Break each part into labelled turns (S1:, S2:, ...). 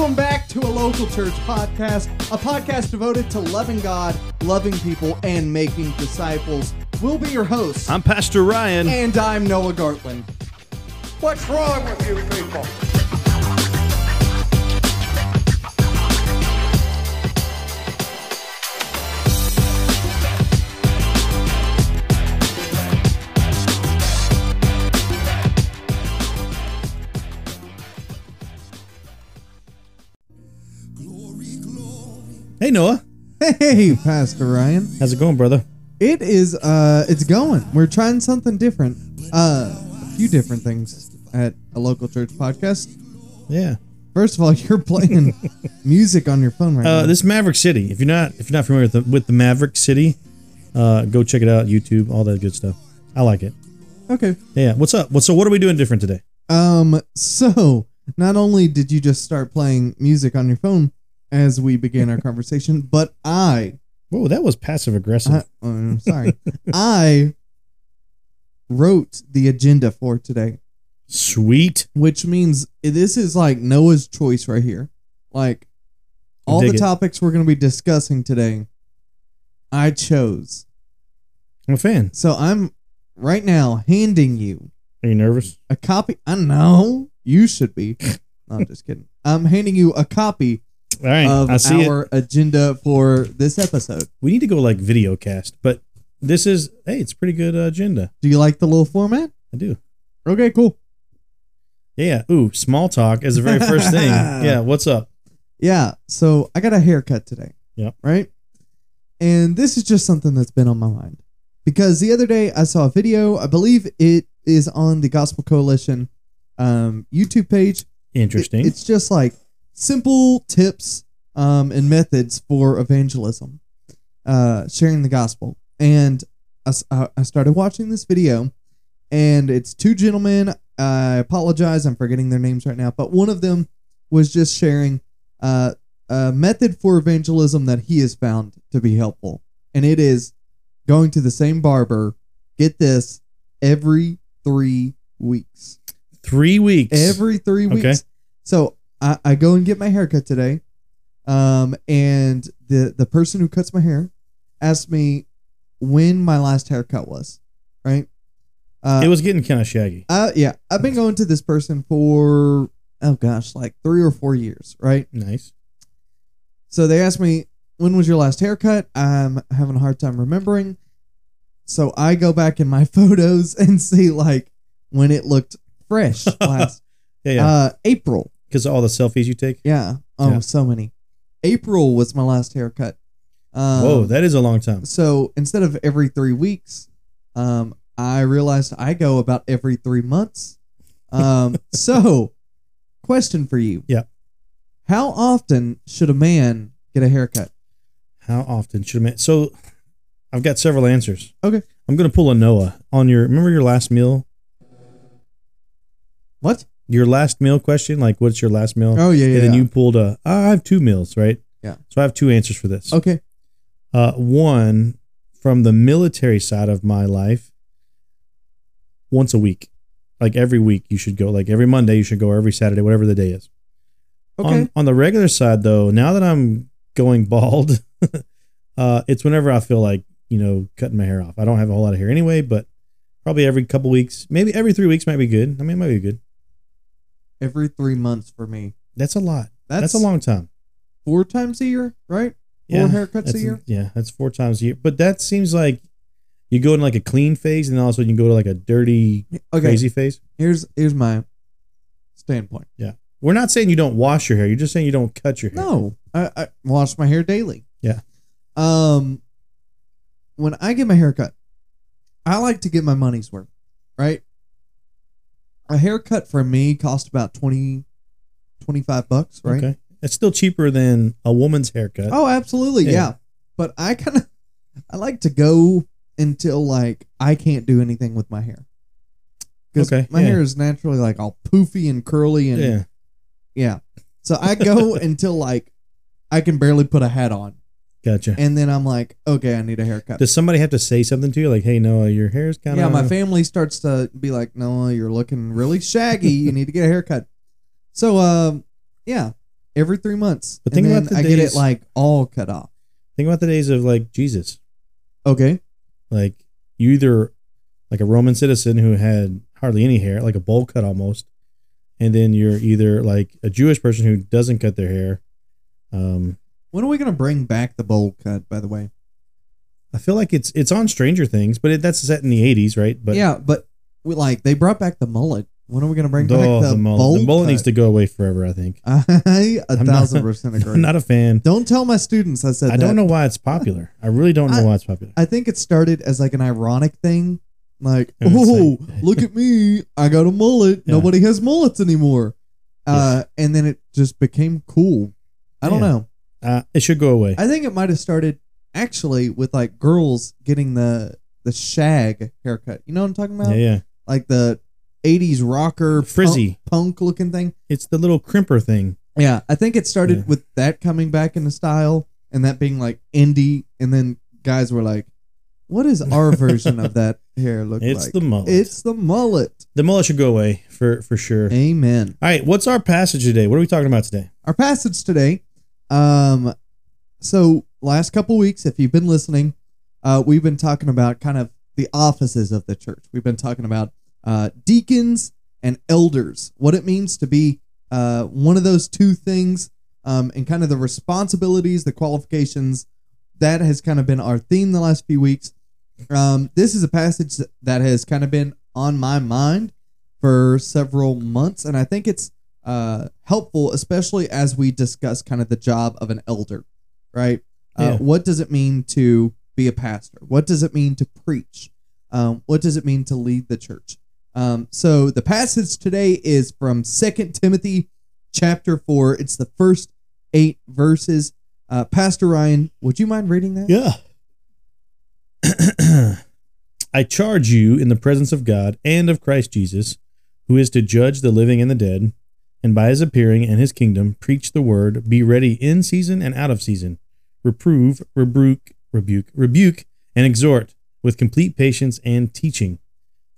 S1: the Local Church Podcast, a podcast devoted to loving God, loving people, and making disciples. We'll be your hosts,
S2: I'm Pastor Ryan.
S1: and I'm Noah Gartland.
S3: What's wrong with you people?
S4: Hey Noah,
S1: Hey, Pastor Ryan.
S4: how's it going, brother?
S1: It is uh it's going. We're trying something different. Uh a few different things at a local church podcast.
S4: Yeah.
S1: First of all, you're playing music on your phone right
S4: Uh,
S1: now.
S4: this is Maverick City. If you're not if you're not familiar with the, with the Maverick City, uh, go check it out. YouTube, all that good stuff. I like it.
S1: okay.
S4: Yeah. What's up? What so? What are we doing different today?
S1: Um so not only did you just start playing music on your phone as we began our conversation, but I,
S4: Whoa, that was passive aggressive.
S1: I oh, I'm sorry. I wrote the agenda for today.
S4: Sweet.
S1: which means this is like Noah's choice right here. Like all
S4: Dig
S1: the
S4: it.
S1: topics we're going to be discussing today, I chose.
S4: I'm a fan.
S1: So I'm right now handing you
S4: Are you nervous?
S1: a copy. I know you should be. No, I'm just kidding. I'm handing you a copy
S4: All right.
S1: of
S4: I see it.
S1: our agenda for this episode.
S4: We need to go like video cast, but this is hey, it's a pretty good uh, agenda.
S1: Do you like the little format?
S4: I do.
S1: Okay, cool.
S4: Yeah. Ooh, small talk is the very first thing. Yeah. What's up?
S1: Yeah. So I got a haircut today.
S4: Yep.
S1: Right. And this is just something that's been on my mind because the other day I saw a video. I believe it is on the Gospel Coalition um, YouTube page. It-
S4: Interesting.
S1: it's just like simple tips um, and methods for evangelism, uh, sharing the gospel. And I, s- uh, I- I started watching this video, and it's two gentlemen. I apologize, I'm forgetting their names right now, but one of them was just sharing uh, a method for evangelism that he has found to be helpful. And it is going to the same barber, get this, every three weeks
S4: Three weeks.
S1: every three weeks.
S4: Okay.
S1: So I, I go and get my hair cut today, um, and the the person who cuts my hair asked me when my last haircut was. Right? Uh,
S4: it was getting kind of shaggy.
S1: I, yeah, I've been going to this person for oh gosh, like three or four years. Right?
S4: Nice.
S1: So they asked me when was your last haircut. I'm having a hard time remembering. So I go back in my photos and see like when it looked fresh last
S4: Yeah. Yeah.
S1: uh, April.
S4: because of all the selfies you take.
S1: Yeah. Oh,
S4: Yeah.
S1: so many. April was my last haircut. Um,
S4: Whoa, that is a long time.
S1: so instead of every three weeks, um, I realized I go about every three months. Um, so, question for you.
S4: Yeah.
S1: How often should a man get a haircut?
S4: How often should a man? So, I've got several answers.
S1: Okay.
S4: I'm gonna pull a Noah on your. Remember your last meal?
S1: What?
S4: Your last meal question, like what's your last meal?
S1: Oh, yeah, yeah.
S4: and then
S1: yeah.
S4: you pulled a. I have two meals, right?
S1: Yeah.
S4: So I have two answers for this.
S1: okay.
S4: Uh, one from the military side of my life. Once a week, like every week, you should go. Like every Monday, you should go. Or every Saturday, whatever the day is.
S1: Okay.
S4: On, on the regular side, though, now that I'm going bald, uh, it's whenever I feel like, you know, cutting my hair off. I don't have a whole lot of hair anyway, but probably every couple weeks, maybe every three weeks might be good. I mean, it might be good.
S1: every three months for me.
S4: That's a lot.
S1: That's,
S4: That's, a long time.
S1: Four times a year, right? Four
S4: Yeah,
S1: haircuts a
S4: that's-
S1: year.
S4: Yeah, that's four times a year. But that seems like you go in like a clean phase, and then all of a sudden you go to like a dirty,
S1: Okay.
S4: crazy phase.
S1: Here's here's my standpoint.
S4: We're not saying you don't wash your hair. You're just saying you don't cut your hair.
S1: No, I, I wash my hair daily.
S4: Yeah.
S1: Um, when I get my haircut, I like to get my money's worth, right? A haircut for me cost about 20, 25 bucks, right?
S4: Okay. It's still cheaper than a woman's haircut.
S1: Oh, absolutely, yeah.
S4: Yeah.
S1: But I kind of, I like to go until like I can't do anything with my hair. Because
S4: Okay,
S1: my
S4: yeah.
S1: hair is naturally like all poofy and curly and
S4: yeah.
S1: yeah. So I go until like I can barely put a hat on.
S4: Gotcha.
S1: and then I'm like, okay, I need a haircut.
S4: Does somebody have to say something to you, like, "Hey, Noah, your hair's kind of
S1: yeah, my family starts to be like, Noah, you're looking really shaggy. you need to get a haircut. So, um, yeah, every three months.
S4: But think
S1: and
S4: about
S1: then
S4: the
S1: I get
S4: days-
S1: it like all cut off.
S4: Think about the days of like Jesus.
S1: Okay.
S4: Like you either like a Roman citizen who had hardly any hair, like a bowl cut almost, and then you're either like a Jewish person who doesn't cut their hair. Um,
S1: When are we gonna bring back the bowl cut? By the way.
S4: I feel like it's it's on Stranger Things, but it, that's set in the '80s, right? But
S1: yeah, but we like they brought back the mullet. When are we gonna bring
S4: oh,
S1: back the,
S4: the mullet,
S1: bowl
S4: the mullet
S1: cut?
S4: needs to go away forever. I think.
S1: I a
S4: I'm not-
S1: thousand percent agree.
S4: I'm not a fan.
S1: don't tell my students I said
S4: I
S1: that.
S4: don't know why it's popular. I really don't know
S1: I-
S4: why it's popular.
S1: I think it started as like an ironic thing. Like,
S4: And it's
S1: oh,
S4: like-
S1: look at me. I got a mullet.
S4: Yeah.
S1: Nobody has mullets anymore. Uh, and then it just became cool. I don't
S4: Yeah.
S1: know.
S4: Uh, it should go away.
S1: I think it might have started actually with like girls getting the the shag haircut. You know what I'm talking about?
S4: yeah, yeah.
S1: Like the 80s rocker punk-
S4: Frizzy.
S1: punk looking thing.
S4: It's the little crimper thing.
S1: Yeah, I think it started
S4: Yeah.
S1: with that coming back into style and that being like indie, and then guys were like, "What is our version of that hair look
S4: It's
S1: like?"
S4: the mullet.
S1: it's the mullet.
S4: the mullet should go away for for sure.
S1: Amen.
S4: All right, what's our passage today? What are we talking about today?
S1: Our passage today. Um, so last couple weeks, if you've been listening, uh, we've been talking about kind of the offices of the church. We've been talking about uh, deacons and elders, what it means to be uh, one of those two things, um, and kind of the responsibilities, the qualifications. That has kind of been our theme the last few weeks. Um, this is a passage that has kind of been on my mind for several months, and I think it's uh, helpful, especially as we discuss kind of the job of an elder, right?
S4: Yeah.
S1: Uh, what does it mean to be a pastor? What does it mean to preach? Um, what does it mean to lead the church? Um, so the passage today is from 2 Timothy chapter 4. It's the first eight verses. Uh, Pastor Ryan, would you mind reading that?
S4: Yeah. I charge you in the presence of God and of Christ Jesus, who is to judge the living and the dead, and by his appearing and his kingdom, preach the word, be ready in season and out of season, reprove, rebuke, rebuke, rebuke, and exhort with complete patience and teaching.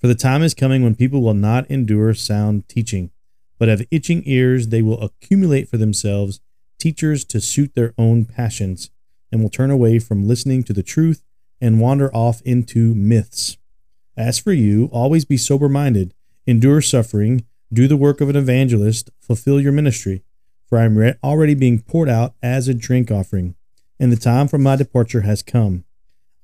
S4: For the time is coming when people will not endure sound teaching, but have itching ears they will accumulate for themselves teachers to suit their own passions and will turn away from listening to the truth and wander off into myths. As for you, always be sober minded, endure suffering, do the work of an evangelist, fulfill your ministry. For I am re- already being poured out as a drink offering, and the time for my departure has come.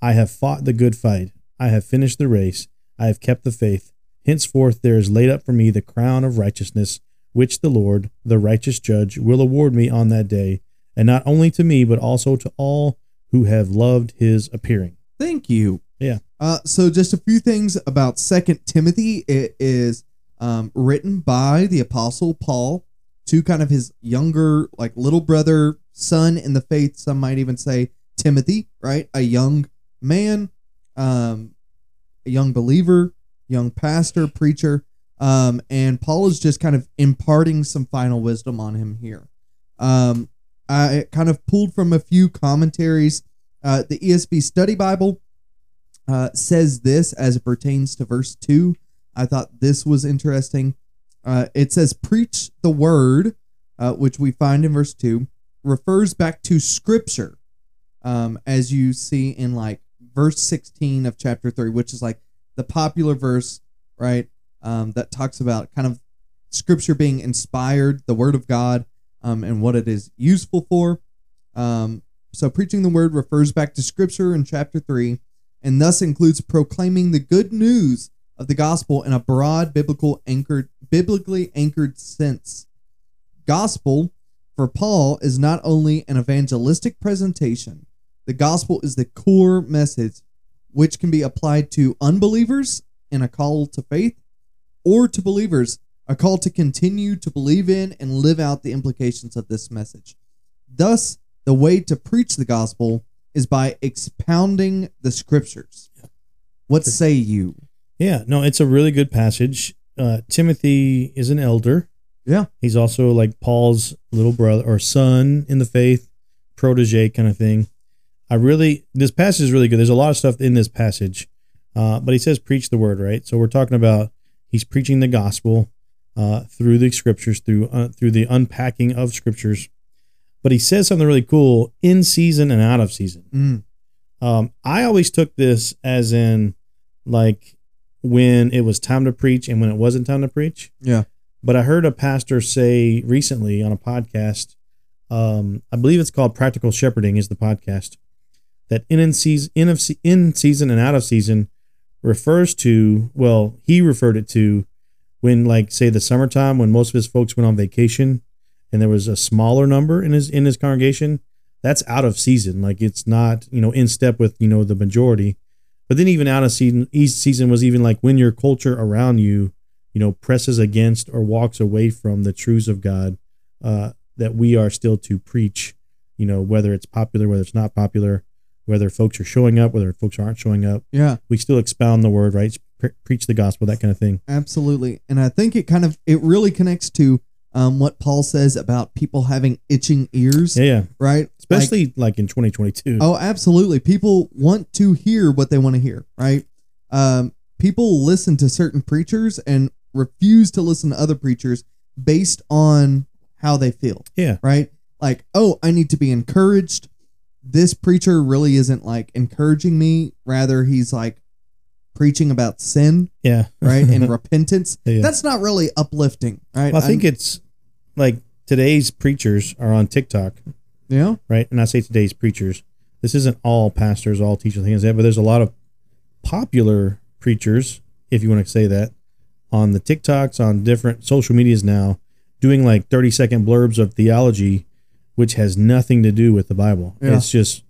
S4: I have fought the good fight, I have finished the race, I have kept the faith. Henceforth there is laid up for me the crown of righteousness, which the Lord, the righteous judge, will award me on that day and not only to me, but also to all who have loved his appearing.
S1: Thank you.
S4: Yeah.
S1: Uh, so just a few things about Second Timothy. It is um, written by the Apostle Paul to kind of his younger, like little brother, son in the faith. Some might even say Timothy, right? A young man, um, a young believer, young pastor, preacher. Um, and Paul is just kind of imparting some final wisdom on him here. Um, I kind of pulled from a few commentaries uh, the ESV Study Bible uh, says this as it pertains to verse 2. I thought this was interesting. Uh, it says, Preach the word, uh, which we find in verse 2, refers back to scripture, um, as you see in like verse 16 of chapter 3, which is like the popular verse, right? Um, that talks about kind of scripture being inspired, the word of God, um, and what it is useful for. Um, so, preaching the word refers back to scripture in chapter 3 and thus includes proclaiming the good news of the gospel in a broad biblical anchored biblically anchored sense. Gospel for Paul is not only an evangelistic presentation. The gospel is the core message which can be applied to unbelievers in a call to faith or to believers a call to continue to believe in and live out the implications of this message. Thus, the way to preach the gospel is by expounding the scriptures. What say you?
S4: Yeah, no, it's a really good passage. Uh, Timothy is an elder.
S1: Yeah.
S4: He's also like Paul's little brother or son in the faith, protege kind of thing. I really, this passage is really good. There's a lot of stuff in this passage, uh, but he says preach the word, right? So we're talking about he's preaching the gospel uh, through the scriptures, through uh, through the unpacking of scriptures, but he says something really cool in season and out of season.
S1: Mm.
S4: Um, I always took this as in like when it was time to preach and when it wasn't time to preach.
S1: Yeah.
S4: But I heard a pastor say recently on a podcast, um, I believe it's called Practical Shepherding is the podcast, that in and season, in, of se- in season and out of season refers to, well, he referred it to when like say the summertime when most of his folks went on vacation and there was a smaller number in his in his congregation, that's out of season. Like it's not, you know, in step with, you know, the majority. But then even out of season each season was even like when your culture around you you know, presses against or walks away from the truths of God uh, that we are still to preach, you know, whether it's popular, whether it's not popular, whether folks are showing up, whether folks aren't showing up.
S1: Yeah.
S4: We still expound the word, right? Pre- preach the gospel, that kind of thing.
S1: Absolutely. And I think it kind of it really connects to um, what Paul says about people having itching ears,
S4: Yeah, yeah.
S1: right? Like-
S4: Especially like, in 2022.
S1: Oh, absolutely. People want to hear what they want to hear, right? Um, people listen to certain preachers and refuse to listen to other preachers based on how they feel.
S4: Yeah.
S1: Right? Like, oh, I need to be encouraged. This preacher really isn't like encouraging me. Rather, he's like preaching about sin,
S4: yeah.
S1: right? And repentance.
S4: Yeah.
S1: That's not really uplifting, right?
S4: Well, I think it's like today's preachers are on TikTok,
S1: you know,
S4: right? And I say today's preachers. This isn't all pastors, all teachers, things like that, but there's a lot of popular preachers, if you want to say that, on the TikToks, on different social medias now, doing like 30 second blurbs of theology, which has nothing to do with the Bible.
S1: Yeah.
S4: It's just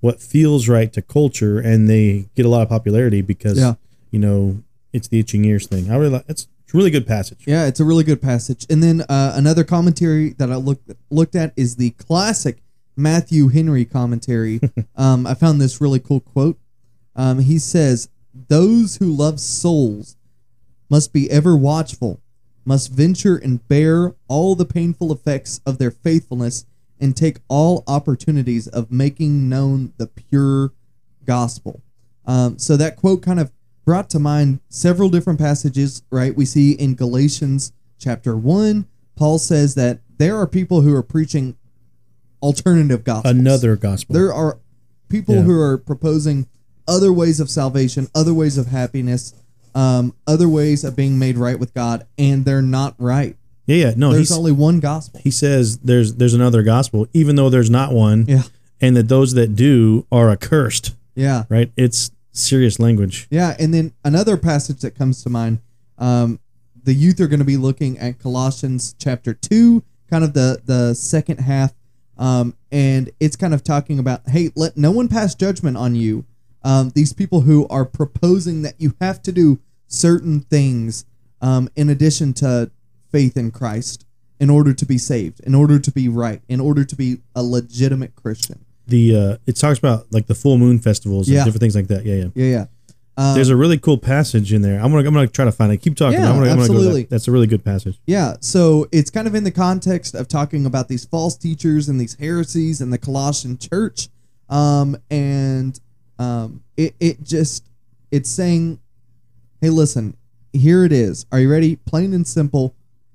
S4: what feels right to culture, and they get a lot of popularity because,
S1: Yeah.
S4: you know, it's the itching ears thing. I really like it's it's a really good passage.
S1: Yeah, it's a really good passage. And then uh, another commentary that I looked looked at is the classic Matthew Henry commentary. um, I found this really cool quote. Um, he says, "Those who love souls must be ever watchful, must venture and bear all the painful effects of their faithfulness, and take all opportunities of making known the pure gospel." Um, so that quote kind of brought to mind several different passages, right? We see in Galatians chapter 1, Paul says that there are people who are preaching alternative gospels.
S4: Another gospel.
S1: There are people
S4: Yeah.
S1: who are proposing other ways of salvation, other ways of happiness, um, other ways of being made right with God, and they're not right.
S4: yeah, yeah. No,
S1: There's
S4: he's,
S1: only one gospel.
S4: he says there's there's another gospel, even though there's not one,
S1: Yeah.
S4: and that those that do are accursed.
S1: Yeah.
S4: Right? It's serious language.
S1: Yeah, and then another passage that comes to mind, um, the youth are going to be looking at Colossians chapter two, kind of the the second half, um, and it's kind of talking about, hey, let no one pass judgment on you. Um, these people who are proposing that you have to do certain things um, in addition to faith in Christ in order to be saved, in order to be right, in order to be a legitimate Christian.
S4: The uh, it talks about like the full moon festivals
S1: Yeah.
S4: and different things like that. Yeah, yeah.
S1: Yeah, yeah. Um,
S4: There's a really cool passage in there. I'm gonna I'm gonna try to find it. Keep talking.
S1: Yeah,
S4: I'm gonna, I'm gonna go to
S1: absolutely.
S4: that. That's a really good passage.
S1: Yeah, so it's kind of in the context of talking about these false teachers and these heresies and the Colossian church, um, and um, it it just it's saying, hey, listen, here it is. Are you ready? Plain and simple,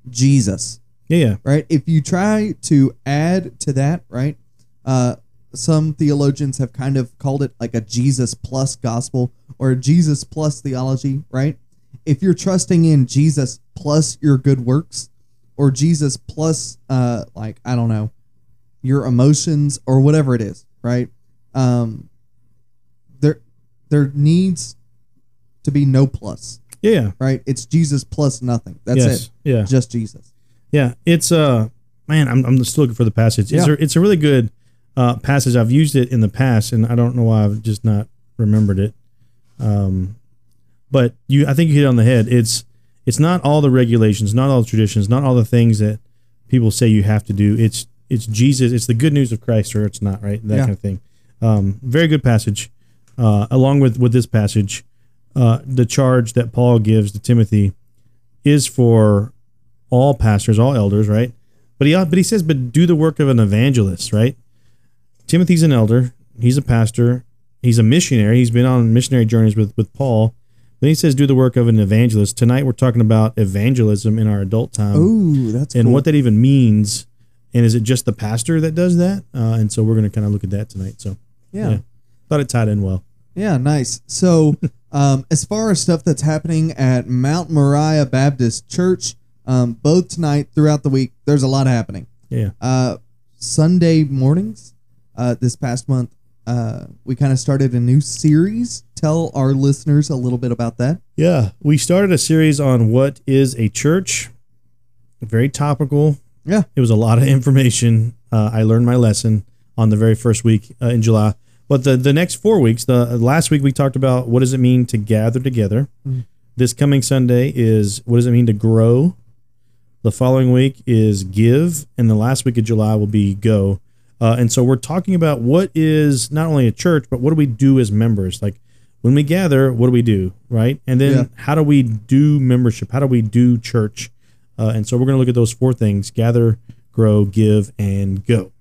S1: Jesus,
S4: Yeah, yeah.
S1: right? If you try to add to that, right? Uh, some theologians have kind of called it like a Jesus plus gospel or a Jesus plus theology, right? If you're trusting in Jesus plus your good works or Jesus plus, uh, like, I don't know, your emotions or whatever it is, right? Um, there, there needs to be no plus,
S4: Yeah, yeah.
S1: right? It's Jesus plus nothing. That's
S4: yes.
S1: it.
S4: Yeah.
S1: Just Jesus.
S4: Yeah, it's uh man, I'm I'm just looking for the passage. It's
S1: Yeah.
S4: a, it's a really good uh passage. I've used it in the past and I don't know why I've just not remembered it. Um but you I think you hit it on the head. It's it's not all the regulations, not all the traditions, not all the things that people say you have to do. It's it's Jesus, it's the good news of Christ or it's not, right? That
S1: Yeah.
S4: kind of thing. Um very good passage. Uh along with with this passage, uh the charge that Paul gives to Timothy is for all pastors, all elders, right? But he but he says, but do the work of an evangelist, right? Timothy's an elder. He's a pastor. He's a missionary. He's been on missionary journeys with with Paul. Then he says, do the work of an evangelist. Tonight we're talking about evangelism in our adult time
S1: Oh, that's
S4: and
S1: cool.
S4: what that even means And is it just the pastor that does that? Uh, and so we're going to kind of look at that tonight. So
S1: Yeah.
S4: Yeah. thought it tied in well.
S1: Yeah, nice. So, um, as far as stuff that's happening at Mount Moriah Baptist Church, um, both tonight throughout the week, there's a lot happening.
S4: Yeah.
S1: Uh, Sunday mornings, uh, this past month, uh, we kind of started a new series. Tell our listeners a little bit about that.
S4: Yeah. We started a series on what is a church. Very topical.
S1: Yeah.
S4: It was a lot of information. Uh, I learned my lesson on the very first week uh, in July. But the, the next four weeks, the uh, last week we talked about what does it mean to gather together. This coming Sunday is what does it mean to grow. The following week is give, and the last week of July will be go. Uh, and so we're talking about what is not only a church, but what do we do as members? Like when we gather, what do we do, right? And then
S1: Yeah.
S4: how do we do membership? How do we do church? Uh, and so we're going to look at those four things gather, grow, give, and go.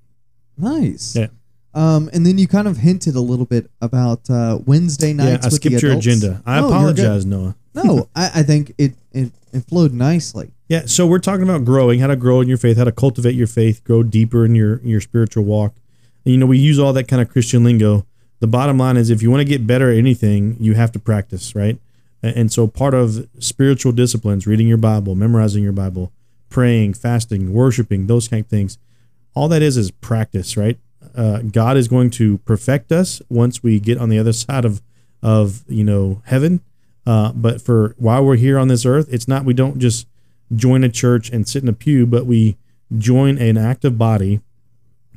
S1: Nice.
S4: Yeah.
S1: Um, and then you kind of hinted a little bit about uh, Wednesday nights.
S4: yeah, I
S1: with
S4: skipped
S1: the
S4: your
S1: adults.
S4: agenda. I
S1: No, you're good.
S4: apologize, Noah.
S1: No, I, I think it, it it flowed nicely.
S4: Yeah, so we're talking about growing, how to grow in your faith, how to cultivate your faith, grow deeper in your your spiritual walk. And, you know, we use all that kind of Christian lingo. The bottom line is if you want to get better at anything, you have to practice, right? A- And so part of spiritual disciplines, reading your Bible, memorizing your Bible, praying, fasting, worshiping, those kind of things, all that is is practice, right? Uh, God is going to perfect us once we get on the other side of of you know heaven. Uh, but for while we're here on this earth, it's not we don't just join a church and sit in a pew, but we join an active body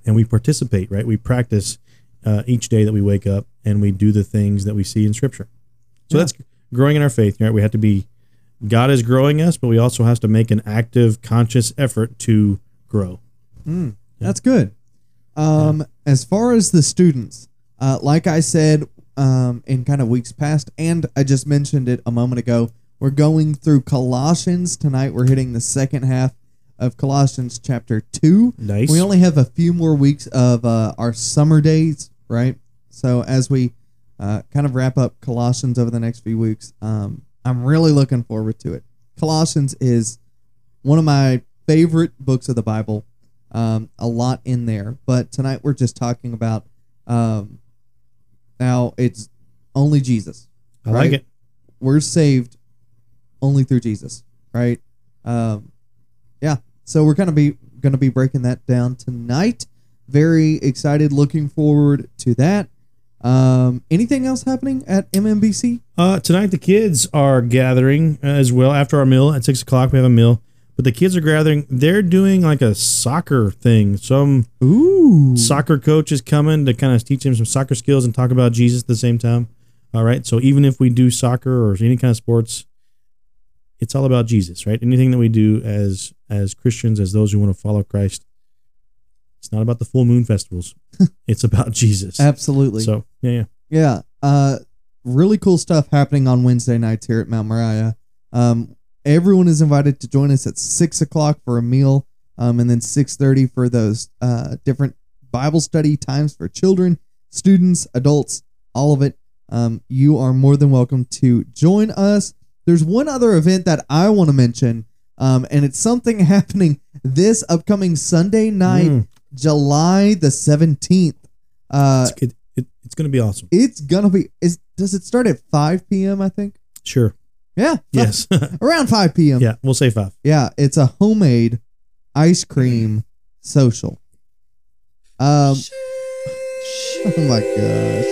S4: and we participate, right? We practice uh, each day that we wake up and we do the things that we see in Scripture. So that's growing in our faith, right? We have to be God is growing us, but we also have to make an active, conscious effort to grow.
S1: That's good. Um, As far as the students, uh, like I said um, in kind of weeks past, and I just mentioned it a moment ago, we're going through Colossians tonight. We're hitting the second half of Colossians chapter 2.
S4: Nice.
S1: We only have a few more weeks of uh, our summer days, right? So as we uh, kind of wrap up Colossians over the next few weeks, um, I'm really looking forward to it. Colossians is one of my favorite books of the Bible. Um, a lot in there, but tonight we're just talking about. Um, now it's only Jesus.
S4: I like
S1: right?
S4: it.
S1: We're saved only through Jesus, right? Um, yeah. So we're gonna be gonna be breaking that down tonight. Very excited, looking forward to that. Um, anything else happening at MMBC?
S4: Uh, tonight the kids are gathering uh, as well after our meal at six o'clock. We have a meal, but the kids are gathering. They're doing like a soccer thing. Some
S1: Ooh,
S4: soccer coach is coming to kind of teach him some soccer skills and talk about Jesus at the same time. All right. So even if we do soccer or any kind of sports, it's all about Jesus, right? Anything that we do as as Christians, as those who want to follow Christ, it's not about the full moon festivals. it's about Jesus.
S1: absolutely.
S4: So yeah, yeah.
S1: Yeah. Uh, really cool stuff happening on Wednesday nights here at Mount Moriah. Um, everyone is invited to join us at six o'clock for a meal, um, and then six thirty for those uh, different Bible study times for children, students, adults, all of it. Um, you are more than welcome to join us. There's one other event that I want to mention, um, and it's something happening this upcoming Sunday night,
S4: Mm.
S1: July the 17th. Uh,
S4: It's, it, it, it's going to be awesome.
S1: it's gonna be. Is does it start at five p.m. I think.
S4: Sure.
S1: Yeah.
S4: Yes.
S1: Around five p.m.
S4: yeah. We'll say five.
S1: Yeah. It's a homemade ice cream social. Um. Oh my gosh.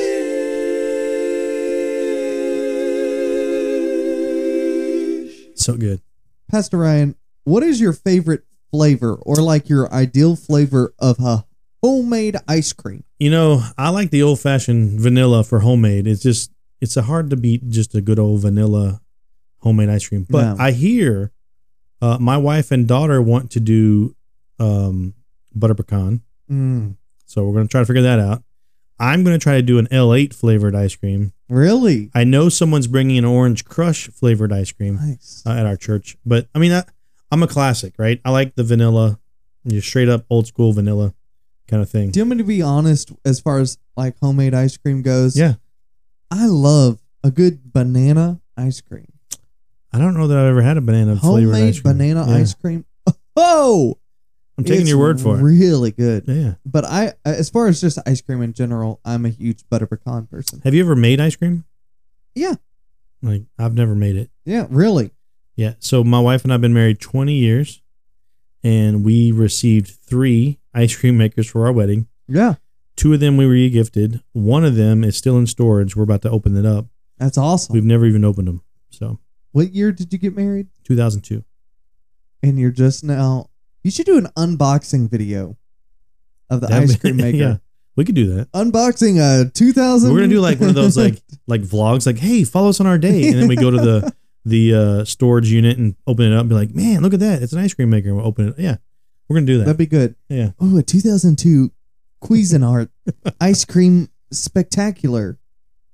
S4: So good.
S1: Pastor Ryan, what is your favorite flavor or like your ideal flavor of a homemade ice cream?
S4: You know, I like the old fashioned vanilla for homemade. It's just it's a hard to beat just a good old vanilla homemade ice cream. But
S1: No.
S4: I hear uh, my wife and daughter want to do um, butter pecan,
S1: Mm,
S4: so we're gonna try to figure that out. I'm gonna try to do an L8 flavored ice cream.
S1: really
S4: I know someone's bringing an orange crush flavored ice cream
S1: nice.
S4: uh, at our church, but I mean, I, I'm a classic, right? I like the vanilla, just straight up old school vanilla kind of thing.
S1: Do you want me to be honest as far as like homemade ice cream goes?
S4: Yeah.
S1: I love a good banana ice cream.
S4: I don't know that I've ever had a banana flavored
S1: homemade
S4: ice cream.
S1: banana
S4: Yeah.
S1: ice cream. Oh,
S4: I'm taking
S1: It's
S4: your word for it.
S1: Really good.
S4: Yeah.
S1: But I, as far as just ice cream in general, I'm a huge butter pecan person.
S4: Have you ever made ice cream?
S1: Yeah.
S4: Like I've never made it.
S1: Yeah, really.
S4: Yeah. So my wife and I've been married 20 years, and we received three ice cream makers for our wedding.
S1: Yeah,
S4: Two of them we re-gifted. One of them is still in storage. We're about to open it up.
S1: that's awesome.
S4: We've never even opened them. So
S1: what year did you get married?
S4: 2002.
S1: And you're just now. You should do an unboxing video of the
S4: That-
S1: ice cream maker.
S4: yeah. We could do that.
S1: Unboxing a 2000.
S4: We're gonna do like one of those like like vlogs, like hey, follow us on our day, and then we go to the the uh, storage unit and open it up and be like, man, look at that, it's an ice cream maker. And we'll open it. Yeah, we're gonna do that.
S1: That'd be good.
S4: yeah,
S1: Oh, a 2002 Cuisinart ice cream spectacular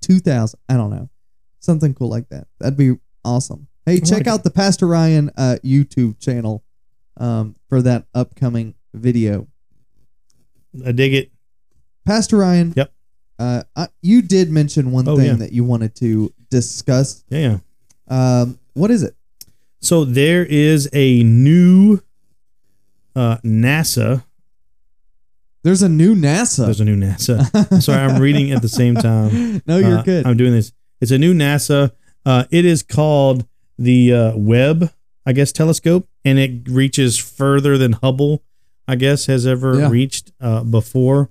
S1: 2000. I don't know. Something cool like that. That'd be awesome. Hey, check
S4: like
S1: out the Pastor Ryan uh, YouTube channel um, for that upcoming video.
S4: I dig it.
S1: Pastor Ryan.
S4: Yep.
S1: Uh, I, you did mention one
S4: Oh,
S1: thing
S4: yeah.
S1: that you wanted to discuss.
S4: Yeah, yeah.
S1: Um, what is it?
S4: So there is a new uh, NASA.
S1: There's a new NASA.
S4: There's a new NASA. I'm sorry, I'm reading at the same time.
S1: no, you're
S4: Uh,
S1: good.
S4: I'm doing this. It's a new NASA. Uh, it is called the uh, Webb, I guess, telescope, and it reaches further than Hubble, I guess, has ever
S1: Yeah.
S4: reached uh, before.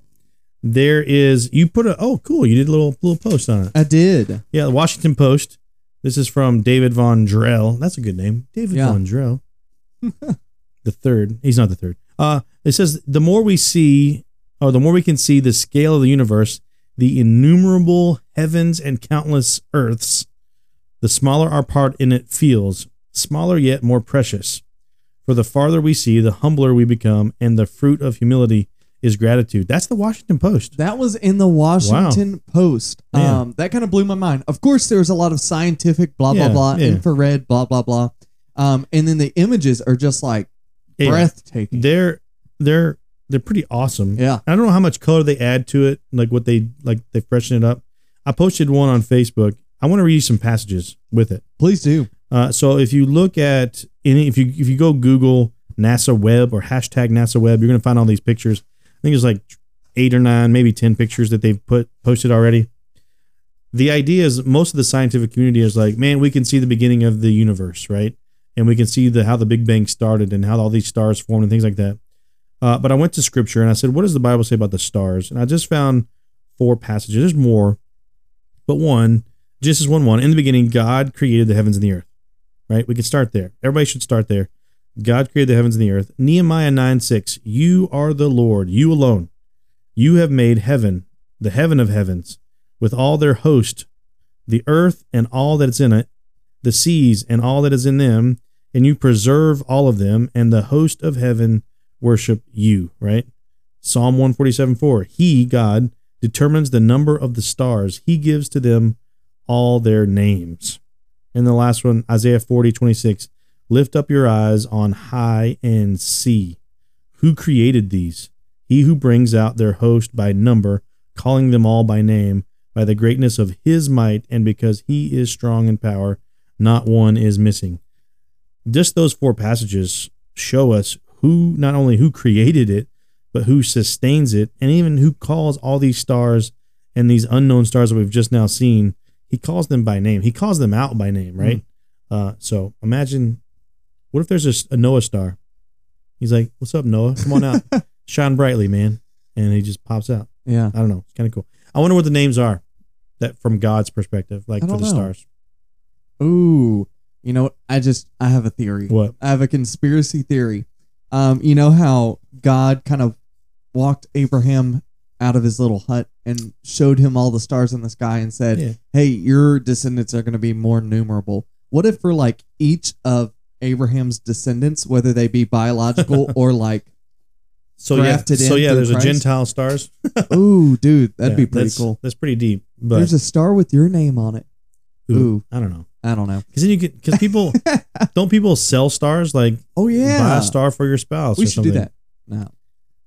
S4: There is you put a oh cool you did a little little post on it
S1: I did.
S4: yeah the Washington Post this is from David von Drell that's a good name David
S1: Yeah.
S4: von Drell the third he's not the third uh it says the more we see or the more we can see the scale of the universe the innumerable heavens and countless earths the smaller our part in it feels smaller yet more precious for the farther we see the humbler we become and the fruit of humility is gratitude that's the washington post
S1: That was in the Washington Post.
S4: Yeah.
S1: Um, that kind of blew my mind. Of course, there was a lot of scientific blah blah
S4: Yeah,
S1: blah,
S4: yeah.
S1: infrared blah blah blah, um, and then the images are just like
S4: Yeah.
S1: breathtaking.
S4: they're they're they're pretty awesome
S1: Yeah,
S4: I don't know how much color they add to it, like what they like they freshen it up. I posted one on Facebook. I want to read you some passages with it.
S1: please do.
S4: Uh, so if you look at any, if you if you go Google NASA Web or hashtag NASA Web, you're gonna find all these pictures. I think there's like eight or nine, maybe ten pictures that they've put posted already. The idea is most of the scientific community is like, man, we can see the beginning of the universe, right? And we can see the how the Big Bang started and how all these stars formed and things like that. Uh, but I went to scripture and I said, what does the Bible say about the stars? And I just found four passages. There's more, but one, just as one one. In the beginning, God created the heavens and the earth right? We can start there. Everybody should start there. God created the heavens and the earth. Nehemiah 9 6, you are the Lord, you alone. You have made heaven, the heaven of heavens, with all their host, the earth and all that is in it, the seas and all that is in them, and you preserve all of them, and the host of heaven worship you, right? Psalm 147 4, He, God, determines the number of the stars, He gives to them all their names. And the last one, Isaiah 40, 26. Lift up your eyes on high and see who created these. He who brings out their host by number, calling them all by name, by the greatness of his might, and because he is strong in power, not one is missing. Just those four passages show us who, not only who created it, but who sustains it, and even who calls all these stars and these unknown stars that we've just now seen he calls them by name. He calls them out by name, right?
S1: Mm-hmm.
S4: Uh, so imagine, what if there's a, s- a Noah star? He's like, "What's up, Noah? Come on out, shine brightly, man!" And he just pops out.
S1: Yeah,
S4: I don't know. It's kind of cool. I wonder what the names are, that from God's perspective, like
S1: I
S4: for
S1: don't
S4: the
S1: know.
S4: stars.
S1: ooh, you know, what? I just I have a theory.
S4: What?
S1: I have a conspiracy theory. Um, you know how God kind of walked Abraham out of his little hut and showed him all the stars in the sky and said,
S4: Yeah.
S1: "Hey, your descendants are going to be more numerable." What if for like each of Abraham's descendants, whether they be biological or like,
S4: So yeah,
S1: Grafted in
S4: so yeah,
S1: through
S4: there's
S1: Christ?
S4: a Gentile stars.
S1: ooh, dude, that'd
S4: Yeah,
S1: be pretty
S4: that's-
S1: cool.
S4: That's pretty deep. But
S1: There's a star with your name on it.
S4: ooh,
S1: ooh.
S4: I don't know.
S1: I don't know.
S4: Because then you get because people don't people sell stars like
S1: Oh yeah,
S4: buy a star for your spouse.
S1: we
S4: or
S1: should
S4: something.
S1: do that. No,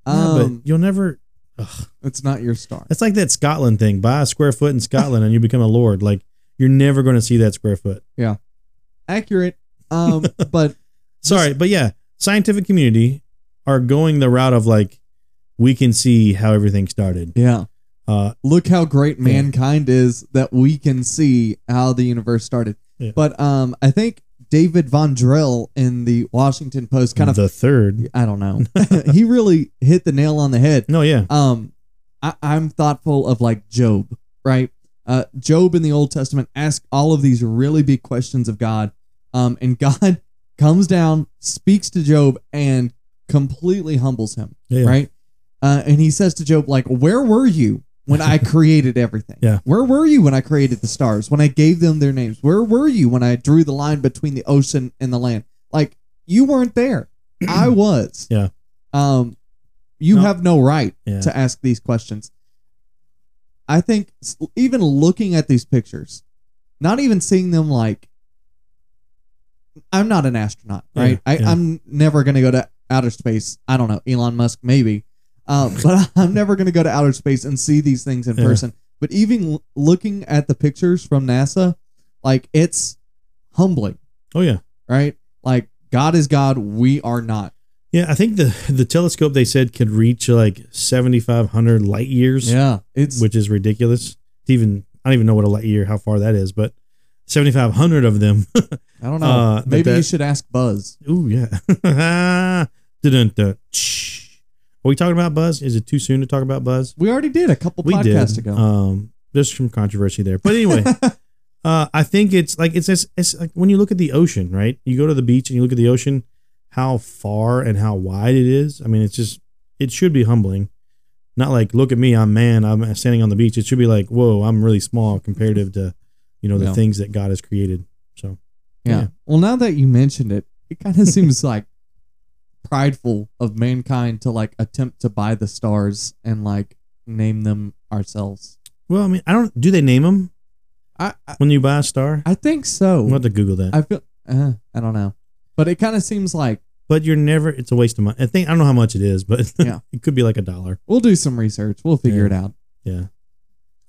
S4: Yeah,
S1: um,
S4: but you'll never. Ugh.
S1: it's not your star.
S4: It's like that Scotland thing. Buy a square foot in Scotland and you become a lord. Like you're never going to see that square foot.
S1: Accurate. Um, but
S4: Sorry, but yeah, scientific community are going the route of like we can see how everything started.
S1: Yeah.
S4: Uh,
S1: Look how great
S4: Yeah.
S1: mankind is that we can see how the universe started.
S4: Yeah.
S1: But um, I think David Von Drill in the Washington Post kind of,
S4: the third.
S1: I don't know, he really hit the nail on the head.
S4: No, yeah,
S1: um I, i'm thoughtful of like job right uh job in the old testament asked all of these really big questions of god um and god comes down speaks to job and completely humbles him
S4: yeah,
S1: right uh, and he says to job like where were you when i created everything
S4: Yeah.
S1: where were you when i created the stars when i gave them their names where were you when i drew the line between the ocean and the land like you weren't there i was
S4: Yeah.
S1: um you
S4: No.
S1: have no right
S4: yeah.
S1: to ask these questions. I think s- even looking at these pictures, not even seeing them like I'm not an astronaut,
S4: Yeah,
S1: right? I,
S4: yeah.
S1: I'm never gonna go to outer space. I don't know, Elon Musk maybe, uh, but I'm never gonna go to outer space and see these things in
S4: Yeah.
S1: person. But even l- looking at the pictures from NASA, like it's humbling,
S4: oh yeah,
S1: right? Like God is God, we are not.
S4: yeah. I think the the telescope they said could reach like seventy five hundred light years,
S1: Yeah, it's
S4: which is ridiculous. To even I don't even know what a light year, how far that is, but seventy five hundred of them.
S1: I don't know.
S4: uh, that-
S1: maybe you
S4: that-
S1: should ask Buzz.
S4: Ooh, yeah. Dun-dun-dun. Shh. Are we talking about Buzz? Is it too soon to talk about Buzz?
S1: We already did a couple
S4: We
S1: podcasts
S4: did.
S1: ago.
S4: Um, there's some controversy there, but anyway, uh, I think it's like it's, it's it's like when you look at the ocean, right? You go to the beach and you look at the ocean, how far and how wide it is. I mean, it's just it should be humbling. Not like look at me, I'm man, I'm standing on the beach. It should be like whoa, I'm really small comparative to you know the
S1: Yeah.
S4: things that God has created. So
S1: yeah.
S4: yeah.
S1: Well, now that you mentioned it, it kind of seems like prideful of mankind to like attempt to buy the stars and like name them ourselves.
S4: well, I mean, I don't do they name them
S1: I I,
S4: when you buy a star?
S1: I think so.
S4: We'll have to Google that.
S1: I feel uh, I don't know, but it kind of seems like
S4: but you're never. It's a waste of money. I think I don't know how much it is, but
S1: Yeah.
S4: it could be like a dollar.
S1: we'll do some research. We'll figure
S4: Yeah.
S1: it out,
S4: Yeah,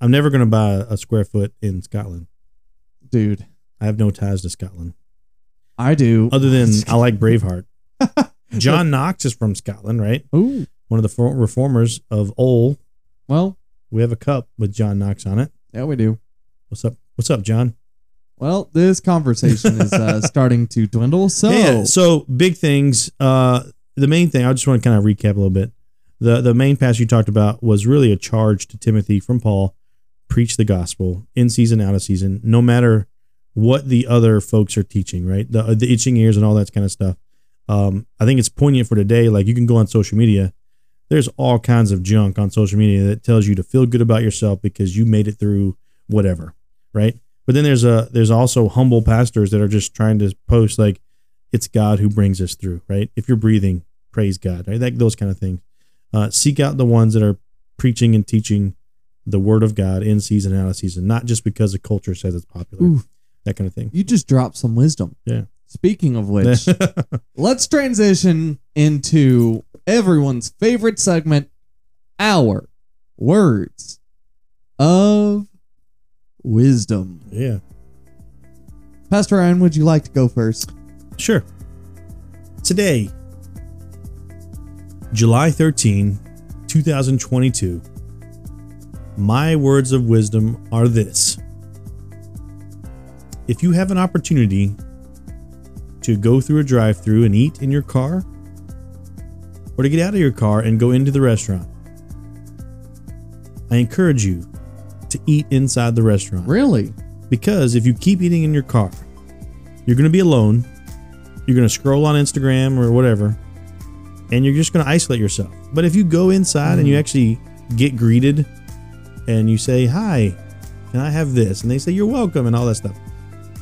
S4: I'm never gonna buy a square foot in Scotland.
S1: dude.
S4: I have no ties to Scotland
S1: I do.
S4: other than I like Braveheart. John Knox is from Scotland, right?
S1: Ooh.
S4: One of the for- reformers of Ole.
S1: Well,
S4: We have a cup with John Knox on it.
S1: yeah, we do.
S4: What's up? What's up, John?
S1: Well, this conversation is uh, starting to dwindle. So,
S4: Yeah, so big things. Uh, the main thing I just want to kind of recap a little bit. The the main passage you talked about was really a charge to Timothy from Paul, preach the gospel in season out of season, no matter what the other folks are teaching, right? The the itching ears and all that kind of stuff. Um, I think it's poignant for today. Like you can go on social media. There's all kinds of junk on social media that tells you to feel good about yourself because you made it through whatever, right? But then there's a there's also humble pastors that are just trying to post like it's God who brings us through, right? If you're breathing, praise God, right? That, those kind of things. Uh, seek out the ones that are preaching and teaching the word of God in season and out of season, not just because the culture says it's popular,
S1: Ooh.
S4: that kind of thing.
S1: you just dropped some wisdom.
S4: Yeah.
S1: Speaking of which, let's transition into everyone's favorite segment our words of wisdom
S4: yeah,
S1: pastor ryan would you like to go first
S4: sure. Today, July 13, 2022, my words of wisdom are this. If you have an opportunity to go through a drive through and eat in your car, or to get out of your car and go into the restaurant, I encourage you to eat inside the restaurant.
S1: really
S4: Because if you keep eating in your car, you're going to be alone. You're going to scroll on Instagram or whatever, and you're just going to isolate yourself. But if you go inside and you actually get greeted and you say, Hi, can I have this? And they say, You're welcome, and all that stuff,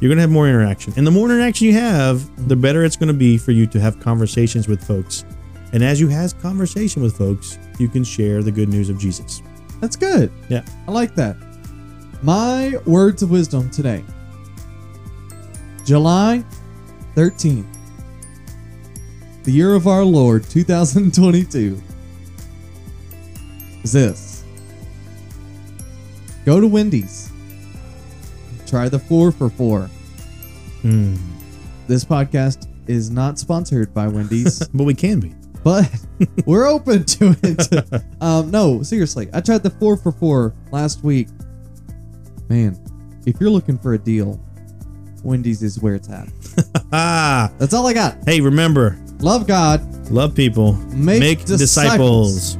S4: you're going to have more interaction. And the more interaction you have, the better it's going to be for you to have conversations with folks. And as you have conversation with folks, you can share the good news of Jesus.
S1: that's good
S4: Yeah.
S1: i like that my words of wisdom today july 13th the year of our lord 2022 is this go to wendy's try the four for four
S4: Mm.
S1: this podcast is not sponsored by wendy's
S4: But we can be.
S1: but we're open to it. um, no, seriously, I tried the four for four last week. Man, if you're looking for a deal, Wendy's is where it's at.
S4: Ah,
S1: That's all I got.
S4: hey, remember,
S1: Love God.
S4: love people,
S1: Make
S4: make, disciples.